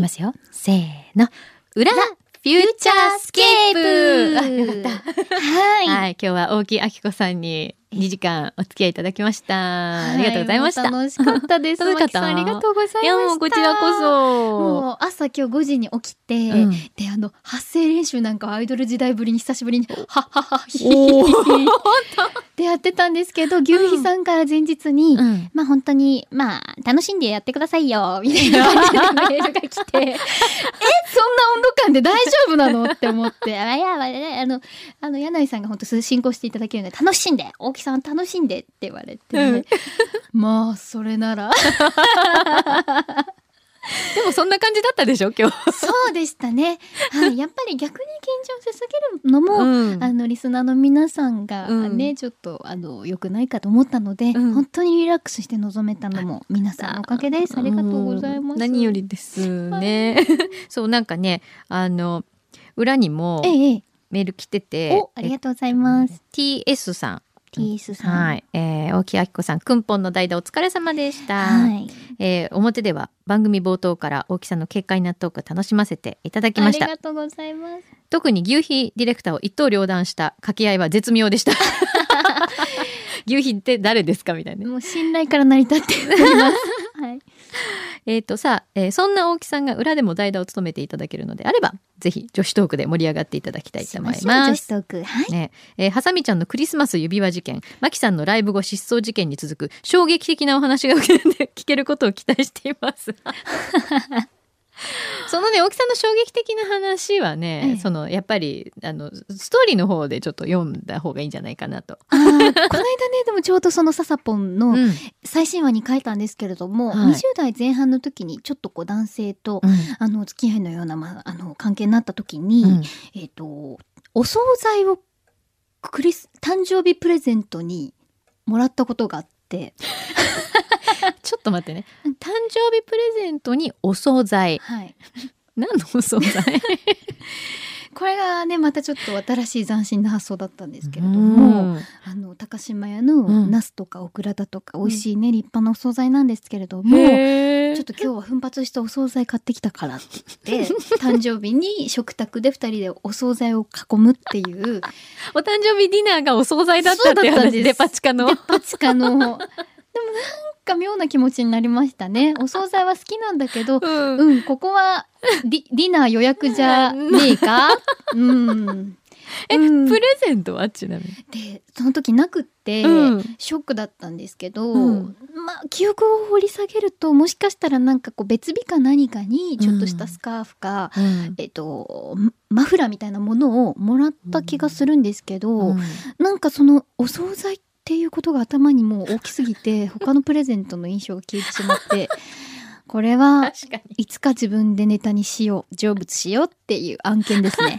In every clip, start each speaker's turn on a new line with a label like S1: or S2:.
S1: ますよ。せーの。裏フューチャースケープ
S2: はい。
S1: はい、今日は大木明子さんに2時間お付き合いいただきました。ありがとうございました。
S2: はもう楽しかったです。
S1: 楽しかった
S2: マキさんありがとうございました。
S1: いや、もうこちらこそ。
S2: もう朝今日5時に起きて、
S1: うん
S2: であの発声練習なんかアイドル時代ぶりに久しぶりにはっはっはっひ
S1: おー
S2: ひ でやってたんですけど牛皮さんから前日に、
S1: うん
S2: まあ本当にまあ楽しんでやってください よみたいな感じでメールが来て えそんな温度感で大丈夫なのって思って あいやあれあのあの柳井さんが本当進行していただけるので楽しんで大木さん楽しんでって言われて、
S1: うん
S2: まあそれなら
S1: でもそんな感じだったでしょ、今日。
S2: そうでしたね。はい、やっぱり逆に緊張しすぎるのも、
S1: うん
S2: あのリスナーの皆さんが
S1: うん
S2: ね、ちょっとあの良くないかと思ったので、
S1: うん
S2: 本当にリラックスして臨めたのも皆さんのおかげです。ありがとうございます。
S1: ん何よりですね。 そう、なんかね、あの、裏にも
S2: えええ
S1: メール来て
S2: え
S1: て
S2: お、ありがとうございます。
S1: え TS さん。
S2: T.S. さん。。
S1: はいい。えー、大木明子さん、くんぽんの代打お疲れ様でした。
S2: はい。
S1: えー表では番組冒頭から大木さんの軽快なトーク楽しませていただき
S2: あ
S1: ま
S2: り
S1: した
S2: がとうございます。
S1: 特に牛皮ディレクターを一刀両断した掛け合いは絶妙で した牛皮って誰ですかみたいなね
S2: もう信頼から成り立っており ます。はい。
S1: えっ、とさ、えーそんな大木さんが裏でも代打を務めていただけるのであればぜひ女子トークで盛り上がっていただきたいと思い
S2: しましょう
S1: ま
S2: 女子
S1: す
S2: トー ク。はい。
S1: ねえーハサミちゃんのクリスマス指輪事件マキさんのライブ後失踪事件に続く衝撃的なお話が 聞けることを期待しています そのね大木さんの衝撃的な話はね、
S2: ええ
S1: そのやっぱりあのストーリーの方でちょっと読んだ方がいいんじゃないかなと、
S2: あーこの間ね、でもちょうどそのササポンの、
S1: うん
S2: 最新話に書いたんですけれども、
S1: はい
S2: 20代前半の時にちょっとこう男性と、あの付き合いのような、まあ、あの関係になった時に、
S1: うん
S2: えっ、とお惣菜をクリス誕生日プレゼントにもらったことがあって、
S1: ちょっと待ってね誕生日プレゼントにお惣菜
S2: はい、
S1: 何のお惣 菜
S2: これがねまたちょっと新しい斬新な発想だったんですけれども、
S1: も
S2: あの高島屋の
S1: うん
S2: ナスとかオクラだとか美味しいね、立派なお惣菜なんですけれども、
S1: う
S2: ちょっと今日は奮発したお惣菜買ってきたからって 言って誕生日に食卓で二人でお惣菜を囲むって いう
S1: お誕生日ディナーがお惣菜だったっていう
S2: そうだったん
S1: 話
S2: です
S1: デパ地下の
S2: パチカのでもなんか妙な気持ちになりましたねお惣菜は好きなんだけど
S1: うん
S2: うんここはディディナー予約じゃねえかうん
S1: え、
S2: うん
S1: プレゼントはちなみに。
S2: でその時なくって、
S1: うん
S2: ショックだったんですけど、
S1: うん
S2: まあ記憶を掘り下げるともしかしたらなんかこう別日か何かにちょっとしたスカーフか、えっと、マフラーみたいなものをもらった気がするんですけど、
S1: うん
S2: なんかそのお惣菜っていうことが頭にもう大きす ぎて他のプレゼントの印象が消えてしまってこれは
S1: 確かに。
S2: いつか自分でネタにしよう成仏しようっていう案件で すね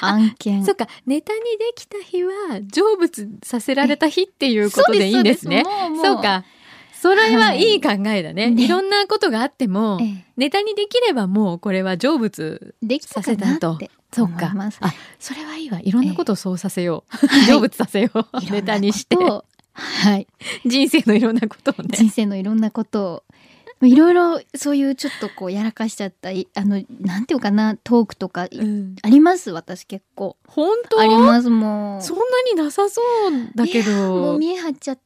S2: 案件
S1: そっか、ネタにできた日は、成仏させられた日っていうことでいいんですね。
S2: そうもう
S1: そうか。それは
S2: はい
S1: いい考えだね。
S2: ね
S1: いろんなことがあっても
S2: え、え
S1: ネタにできればもうこれは成仏。
S2: できたかなって
S1: そう
S2: 思
S1: か
S2: います。
S1: あ、それはいいわ。いろんなことをそうさせよう。
S2: い
S1: 成仏させよう。
S2: いろんなことを
S1: ネタにして。
S2: はい
S1: 人生のいろんなことをね。
S2: 人生のいろんなことをいろいろそういうちょっとこうやらかしちゃったいあのなんていうかなトークとか
S1: うん
S2: あります私結構
S1: 本当
S2: ありますもう
S1: そんなになさそうだけ
S2: も
S1: ど
S2: う。見え張っちゃっ
S1: う
S2: て、
S1: ん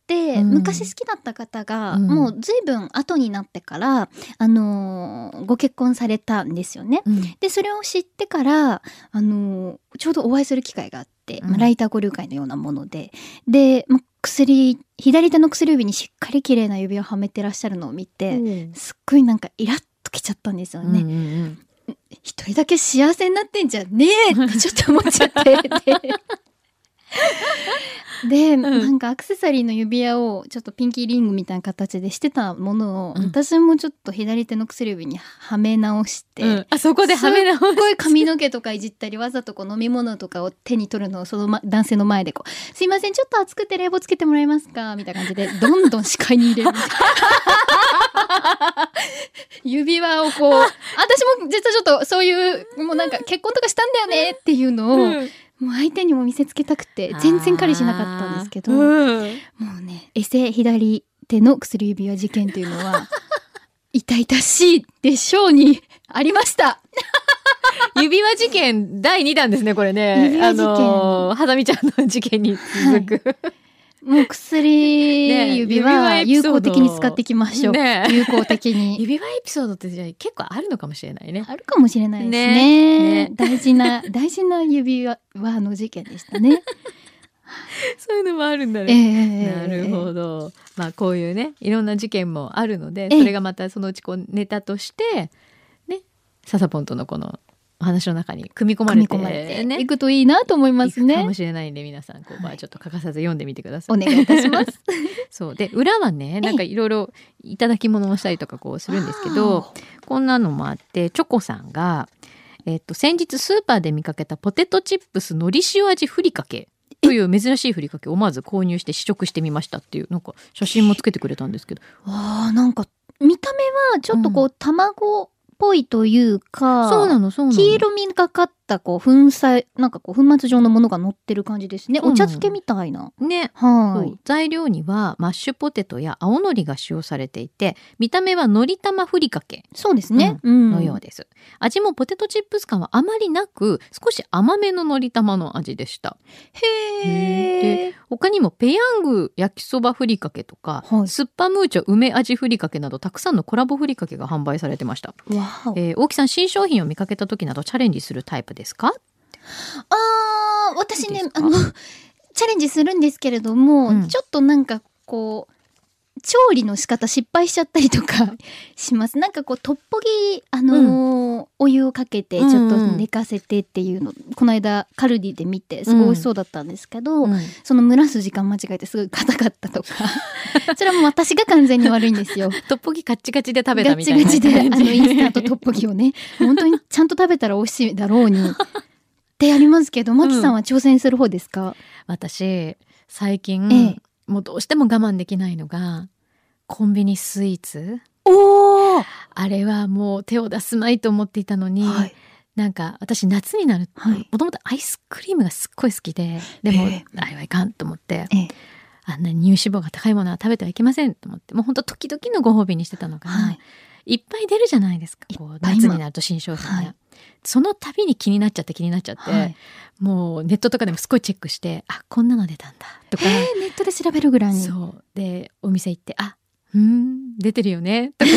S2: 昔好きだった方が、
S1: うん
S2: もう随分後になってからあのーご結婚されたんですよね
S1: うん
S2: でそれを知ってからあのーちょうどお会いする機会があって、
S1: うん
S2: まあライター交流会のようなものでで、まあ薬左手の薬指にしっかり綺麗な指をはめてらっしゃるのを見て、すっごいなんかイラッときちゃったんですよね。
S1: うんうんうん
S2: 一人だけ幸せになってんじゃねえってちょっと思っち ゃって。で、でなんかアクセサリーの指輪をちょっとピンキーリングみたいな形でしてたものを、
S1: うん
S2: 私もちょっと左手の薬指にはめ直して、
S1: うん、あそこではめ直
S2: すっごい髪の毛とかいじったりわざとこう飲み物とかを手に取るのをその、ま、男性の前でこう「すいませんちょっと熱くて冷房つけてもらえますか」みたいな感じでどんどん視界に入れる指輪をこう私も実はちょっとそういうもうなんか結婚とかしたんだよねっていうのを、
S1: うん
S2: もう相手にも見せつけたくて全然彼氏なかったんですけど、
S1: あーうん
S2: もうねエセ左手の薬指輪事件というのは痛々しいでしょうにありました。
S1: 指輪事件第2弾ですね、これね。
S2: 指輪事件
S1: あのー、はざみちゃんの事件に続く。
S2: もう薬、
S1: ね
S2: 指は
S1: 指輪エピ
S2: 有
S1: ソード
S2: 効的に使っていきましょう。
S1: ね
S2: 有効的に。
S1: 指輪エピソードってじゃあ結構あるのかもしれないね。
S2: あるかもしれないですね。
S1: ねね
S2: 大事な、大事な指輪の事件でしたね。
S1: そう いうのもあるんだ
S2: ええ
S1: ね。
S2: ええ
S1: なるほど。まあこういうね、いろんな事件もあるので、
S2: ええ
S1: それがまたそのうちこうネタとして、ね、笹ポンとのこのお話の中に組み込まれ
S2: 組み
S1: て、
S2: 込まれて
S1: ね
S2: い、くといいなと思いま
S1: い
S2: す
S1: くかも
S2: ね。
S1: しれないんで皆さんこう、まあ、ちょっと欠かさず読んでみてください。
S2: お願いいたします。
S1: そうで裏はねなんかいろいろいただき物をしたりとかこうするんですけど
S2: わ
S1: こんなのもあってチョコさんが、えっと、先日スーパーで見かけたポテトチップスのり塩味ふりかけという珍しいふりかけを思わず購入して試食してみましたっていうなんか写真もつけてくれたんですけど
S2: お。わあ、なんか、見た目はちょっとこう、卵っぽいというか、
S1: そうなのそうなの
S2: 黄色みがかったこう粉砕なんかこう粉末状のものが乗ってる感じですね。
S1: そうな
S2: お
S1: の
S2: 茶漬けみたいな。
S1: ね
S2: は
S1: そ。
S2: いう
S1: 材料にはマッシュポテトや青のりが使用されていて見た目はのり玉ふりかけ
S2: そうですね。
S1: のよ
S2: う
S1: うんです、味もポテトチップス感はあまりなく少し甘めののり玉の味でした
S2: へえ。
S1: 他にもペヤング焼きそばふりかけとか、
S2: はい
S1: スッパムーチョ梅味ふりかけなどたくさんのコラボふりかけが販売されてました、
S2: わお。
S1: えー大木さん新商品を見かけた時などチャレンジするタイプですか
S2: あー私
S1: いい
S2: ね
S1: ですか
S2: あの チャレンジするんですけれども、
S1: うん
S2: ちょっとなんかこう調理の仕方失敗しちゃったりとか しますなんかこうトッポギあのーお湯をかけてちょっと寝かせてっていうの、この間カルディで見てすごい美味しそうだったんですけど、その蒸らす時間間違えてすごい硬かったとか それはもう私が完全に悪いんですよ。
S1: トッポギカッチカチで食べたみたいな
S2: ガチガチであ
S1: 感じ
S2: のインスタントトッポギを ね本当にちゃんと食べたら美味しいだろうにってやりますけどマキさんは挑戦する方ですか、
S1: 私最近、
S2: ええ
S1: もうどうしても我慢できないのがコンビニスイーツ
S2: おお、
S1: あれはもう手を出すまいと思っていたのに、
S2: はい
S1: なんか私夏になると
S2: はい
S1: もともとアイスクリームがすっごい好きででも、
S2: ええ
S1: あれはいかんと思って
S2: ええ
S1: あんなに乳脂肪が高いものは食べてはいけませんと思ってもうほんと時々のご褒美にしてたのが、
S2: はい、
S1: い、っぱい出るじゃないですかこう
S2: ぱい
S1: 夏
S2: 今
S1: になると新商品が、
S2: はい
S1: その度に気になっちゃって気になっちゃって、
S2: はい
S1: もうネットとかでもすごいチェックしてあこんなの出たんだとか、
S2: ネットで調べるぐらいにう
S1: そうでお店行ってあうん出てるよねとか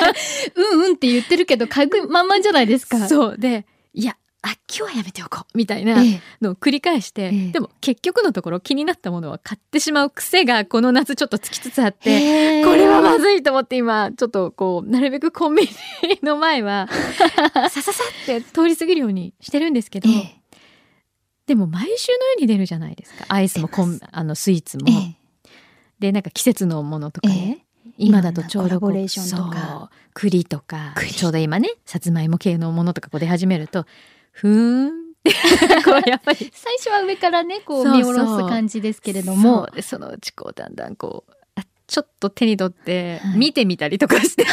S2: んうんって言ってるけど嗅ぐまんまじゃないですかう、
S1: そうでいやあ今日はやめておこうみたいな
S2: ええ
S1: のを繰り返して、
S2: ええ
S1: でも結局のところ気になったものは買ってしまう癖がこの夏ちょっとつきつつあって、
S2: へー
S1: これはまずいと思って今ちょっとこうなるべくコンビニの前はさささって通り過ぎるようにしてるんですけど、
S2: ええ
S1: でも毎週のように出るじゃないですかアイスもコンあのスイーツも、
S2: ええ
S1: でなんか季節のものとか
S2: え
S1: ね、
S2: え
S1: 今だとちょうどこう
S2: いろんなコラボレーションとか
S1: そう栗とか
S2: 栗
S1: ちょうど今ねさつまいも系のものとかこう出始めるとふーんっ てこうやっぱり
S2: 最初は上からねこう
S1: そうそう
S2: 見下ろす感じですけれども
S1: そうでそのうちこうだんだんこうあちょっと手に取って
S2: はい
S1: 見てみたりとか して、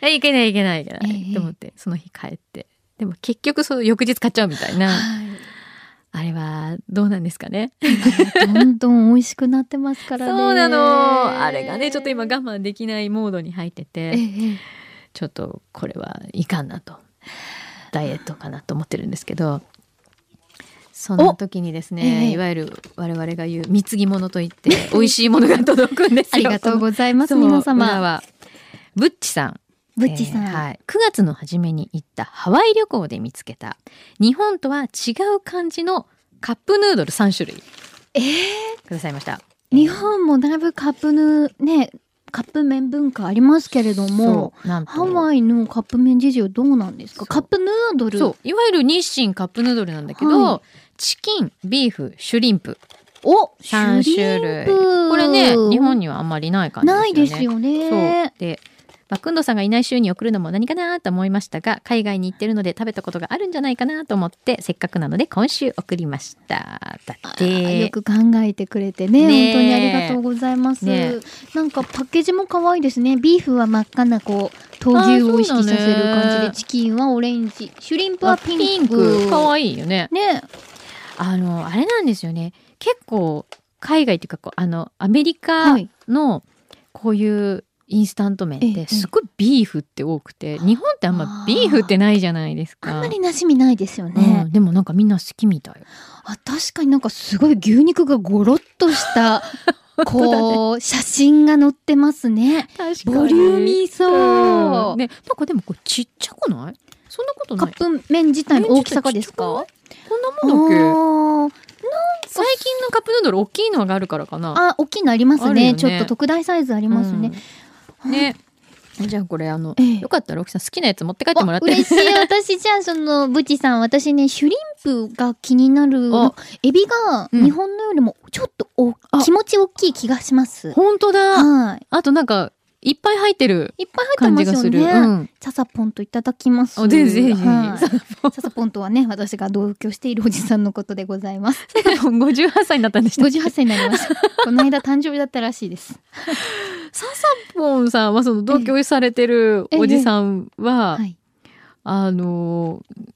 S1: えいけないいけないいけない、
S2: ええ
S1: と思ってその日帰ってでも結局その翌日買っちゃうみたいな
S2: はい
S1: あれはどうなんですかね
S2: どんどん美味しくなってますからね。
S1: そうなのあれがねちょっと今我慢できないモードに入ってて、
S2: ええ
S1: ちょっとこれはいかんなとダイエットかなと思ってるんですけどそんな時にですね、
S2: ええ
S1: いわゆる我々が言う貢ぎ物といっ て美味しいものが届くんですよ
S2: ありがとうございます
S1: そう
S2: 皆
S1: 裏
S2: 様。
S1: はブッチさん
S2: ブッチさん、
S1: えーはい、9月の初めに行ったハワイ旅行で見つけた日本とは違う感じのカップヌードル3種類
S2: え
S1: くださいました
S2: ー日本もだいぶカップヌーねカップ麺文化ありますけれども、
S1: そうなんと
S2: ハワイのカップ麺事情どうなんですか。カップヌードル。
S1: そういわゆる日清カップヌードルなんだけど、
S2: は
S1: チキンビーフシュリンプ
S2: お
S1: 3種類これね日本にはあんまりない感じですよね
S2: ないですよね。
S1: そうでマクンドさんがいない週に送るのも何かなと思いましたが海外に行ってるので食べたことがあるんじゃないかなと思ってせっかくなので今週送りましただっ
S2: あーよ
S1: て
S2: く考えてくれてね
S1: ねえ
S2: 本当にありがとうございます、
S1: ね
S2: なんかパッケージも可愛いですねビーフは真っ赤なこう闘牛を意識させる
S1: あーそう
S2: 感
S1: だ
S2: じ
S1: ね
S2: でチキンはオレンジシュリンプはピンク
S1: 可愛いよね
S2: ね
S1: あのあれなんですよね結構海外っていうかこうあのアメリ
S2: は
S1: カ
S2: い
S1: のこういうインスタント麺っ
S2: ええ
S1: てすごいビーフって多くて、日本ってあんまビーフってないじゃないですか。
S2: あんまり馴染みないですよね、
S1: うん、でもなんかみんな好きみたい。
S2: あ確かになんかすごい牛肉がゴロッとした こう、写真が載ってますね
S1: 確
S2: ボリューミーそう、
S1: ね、なんかでもこれちっちゃくないそんなこと
S2: カ
S1: ない
S2: ップ麺自体の大きさがです
S1: 麺
S2: か
S1: こんな
S2: あ
S1: ものっけ
S2: ー
S1: 最近のカップヌードル大きいのがあるからかな。
S2: あ大きいのあります
S1: あ
S2: ね
S1: るよね
S2: ちょっと特大サイズありますね、
S1: うん。ね。じゃあこれあの、
S2: ええ
S1: よかったら奥さん好きなやつ持って帰ってもらって。
S2: 嬉しい私じゃあそのブチさん私ねシュリンプが気になる
S1: あ
S2: エビが
S1: うん
S2: 日本のよりもちょっとお、
S1: あ
S2: 気持ち大きい気がします
S1: 本当だ。
S2: は
S1: あとなんかいっぱい入ってる
S2: いいっぱい入
S1: 感
S2: って
S1: じ
S2: ま
S1: が
S2: す
S1: す
S2: よ
S1: る。
S2: ね、
S1: うん。
S2: ササポンといただきます
S1: あぜひぜひぜひ
S2: はい ササポンとはね私が同居しているおじさんのことでござい ます
S1: 五十八歳になったんでしたっけ。
S2: 58歳になりましたこの間誕生日だったらしいです
S1: ササポンさんはその同居されてるおじさんは、
S2: はい
S1: あのー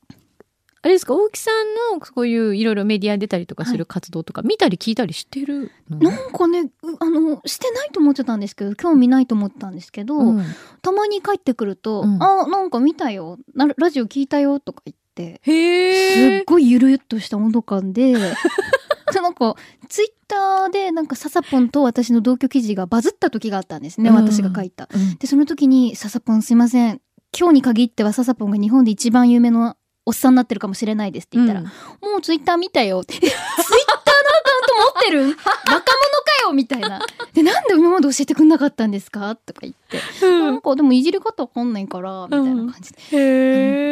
S1: あれですか大木さんのそういういろいろメディアに出たりとかする活動とか見たり聞いたりしてるの、
S2: なんかねうあのしてないと思ってたんですけど興味ないと思ったんですけど、
S1: うん
S2: たまに帰ってくると「
S1: うん
S2: あなんか見たよなラジオ聞いたよ」とか言っ
S1: へ
S2: てすっ
S1: え
S2: ごいゆるっとした温度感で そうなんかツイッターでなんかササポンと私の同居記事がバズった時があったんですね、
S1: うん
S2: 私が書いた。
S1: うん
S2: でその時に「ササポンすいません今日に限ってはササポンが日本で一番有名なおっさんになってるかもしれないです」って言ったら「
S1: うん
S2: もうツイッター見たよ」って「ツイッターのアカウント持ってるん若者かよ」みたいな「でなんで今まで教えてくんなかったんですか?」とか言って
S1: う
S2: なんんかでもいじり方わかんないからみたいな感じで、
S1: へ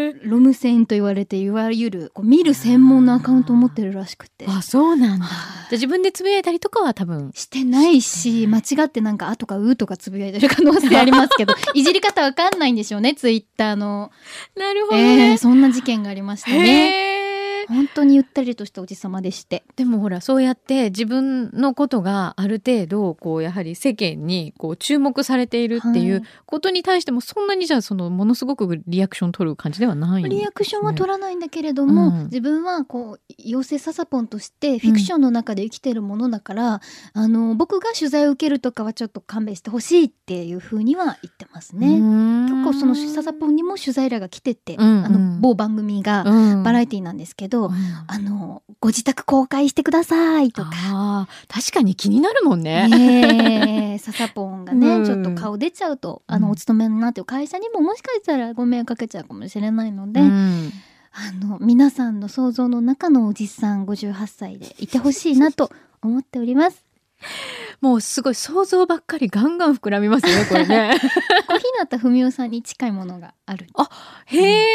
S1: え
S2: ロム線と言われていわゆるこう見る専門のアカウントを持ってるらしくて
S1: あそうなんだじゃ
S2: は
S1: あ自分でつぶやいたりとかは多分
S2: いしてないし間違ってなんか「あ」とか「う」とかつぶやいてる可能性ありますけ どいじり方わかんないんでしょうねツイッターの、
S1: なるほ
S2: えーそんな事件がありましたね
S1: へえ
S2: 本当にゆったりとしたおじさまでして
S1: でもほらそうやって自分のことがある程度こうやはり世間にこう注目されているってい
S2: は
S1: うことに対してもそんなにじゃあそのものすごくリアクション取る感じではないんですね
S2: リアクションは取らないんだけれども、
S1: うん
S2: 自分はこう妖精ササポンとしてフィクションの中で生きてるものだから、あの僕が取材を受けるとかはちょっと勘弁してほしいっていうふうには言ってますね。結
S1: 結
S2: 構そのササポンにも取材らが来てて、
S1: うんうん
S2: あの某番組が
S1: ン
S2: バラ
S1: エ
S2: エティなんですけど、
S1: ティ
S2: あのご自宅公開してくださいとか。
S1: か確かに気になるもんね。
S2: ね えササポンがね、
S1: うん
S2: ちょっと顔出ちゃうとあのお勤めになってる会社にももしかしたらご迷惑かけちゃうかもしれないので、
S1: うん
S2: あの皆さんの想像の中のおじさん58歳でいてほしいなと思ってお ります。
S1: もうすごい想像ばっかりガンガン膨らみますねこれね。
S2: 小日向文世さんに近いものがある。
S1: へえ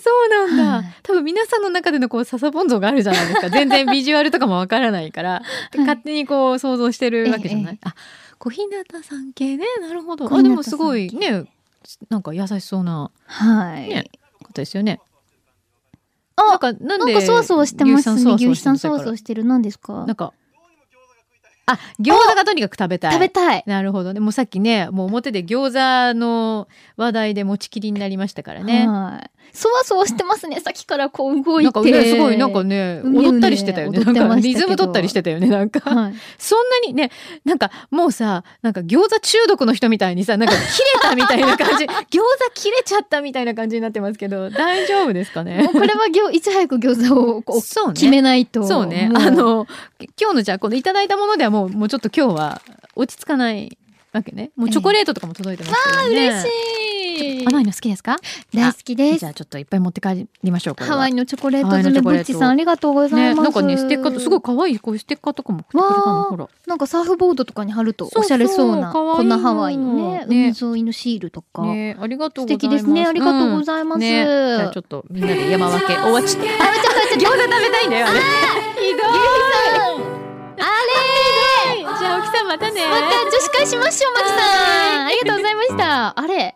S1: そうなん
S2: は
S1: だ
S2: い。
S1: 多分皆さんの中でのこうササポン像があるじゃないです か。全然ビジュアルとかもわからないから勝手にこう想像してるわけじゃな
S2: え
S1: い。あ小日向さん系ねなるほど。
S2: 小
S1: あ
S2: 日向さ
S1: でもす
S2: ん系
S1: ごいねなんか優しそうな
S2: はい。はい
S1: ね方ですよね。
S2: あ
S1: なんかなん
S2: なん
S1: で
S2: かそわそわしてますね。牛
S1: 牛
S2: 肥
S1: 肥
S2: さ
S1: さ
S2: ん
S1: ん
S2: そ
S1: そ
S2: わ
S1: わ
S2: そ
S1: そ
S2: わ
S1: わ
S2: してるなんですか
S1: なんか。あ、餃子がとにかく食べたい。
S2: 食べたい。
S1: なるほどね。もうさっきね、もう表で餃子の話題で持ちきりになりましたからね。
S2: はい。そわそわしてますね。さっきからこう動いて。
S1: なんかね、すごい、なんかね、
S2: うねうね
S1: 踊ったりしてたよね。
S2: 踊って
S1: なん
S2: ま
S1: か
S2: したけ
S1: リ
S2: ど
S1: ズム取ったりしてたよね。なんか、
S2: はい。
S1: そんなにね、なんかもうさ、なんか餃子中毒の人みたいにさ、なんか切れたみたいな感 じ、餃子切れちゃったみたいな感じになってますけど、大丈夫ですか
S2: も
S1: ね
S2: う。これは餃いち早く餃子をこう
S1: そうね
S2: 決めないと。
S1: そうね。
S2: も
S1: あ、の、今日のじゃあ、このいただいたものではもう、もうちょっと今日は落ち着かないわけね。もうチョコレートとかも届いてますけど、ね
S2: 嬉しい。
S1: 甘いの好きですか
S2: 大好きで
S1: じゃ
S2: す。
S1: あちょっといっぱい持って帰りましょう、これ
S2: ハ
S1: は。
S2: ワイのチョコレート詰め
S1: ハワイ
S2: ブッ
S1: のチ
S2: チ
S1: ョコレート
S2: さんありがとうござい
S1: ね、
S2: ます。
S1: なんかね、ステッカーと、すごい可愛い、こういうステッカーとかも送ってくれた
S2: わ
S1: の、
S2: ー
S1: ほら。
S2: なんかサーフボードとかに貼ると
S1: そうそう
S2: おしゃれそうな
S1: 可愛いの
S2: こんなハワイのね
S1: ね
S2: 海沿いのシールとか、
S1: ね、ありがとう
S2: 素
S1: ございます。
S2: 敵ですねありがとうご
S1: い
S2: ざいます、
S1: ね、じゃあちょっとみんなで山分け。おわち。あ、ちょっと餃子食べたいんだよ、あれ。ひど
S2: あ れー
S1: い。じゃあ、おきさんまたね。
S2: また女子会しましょうマキさんありがとうございましたあれ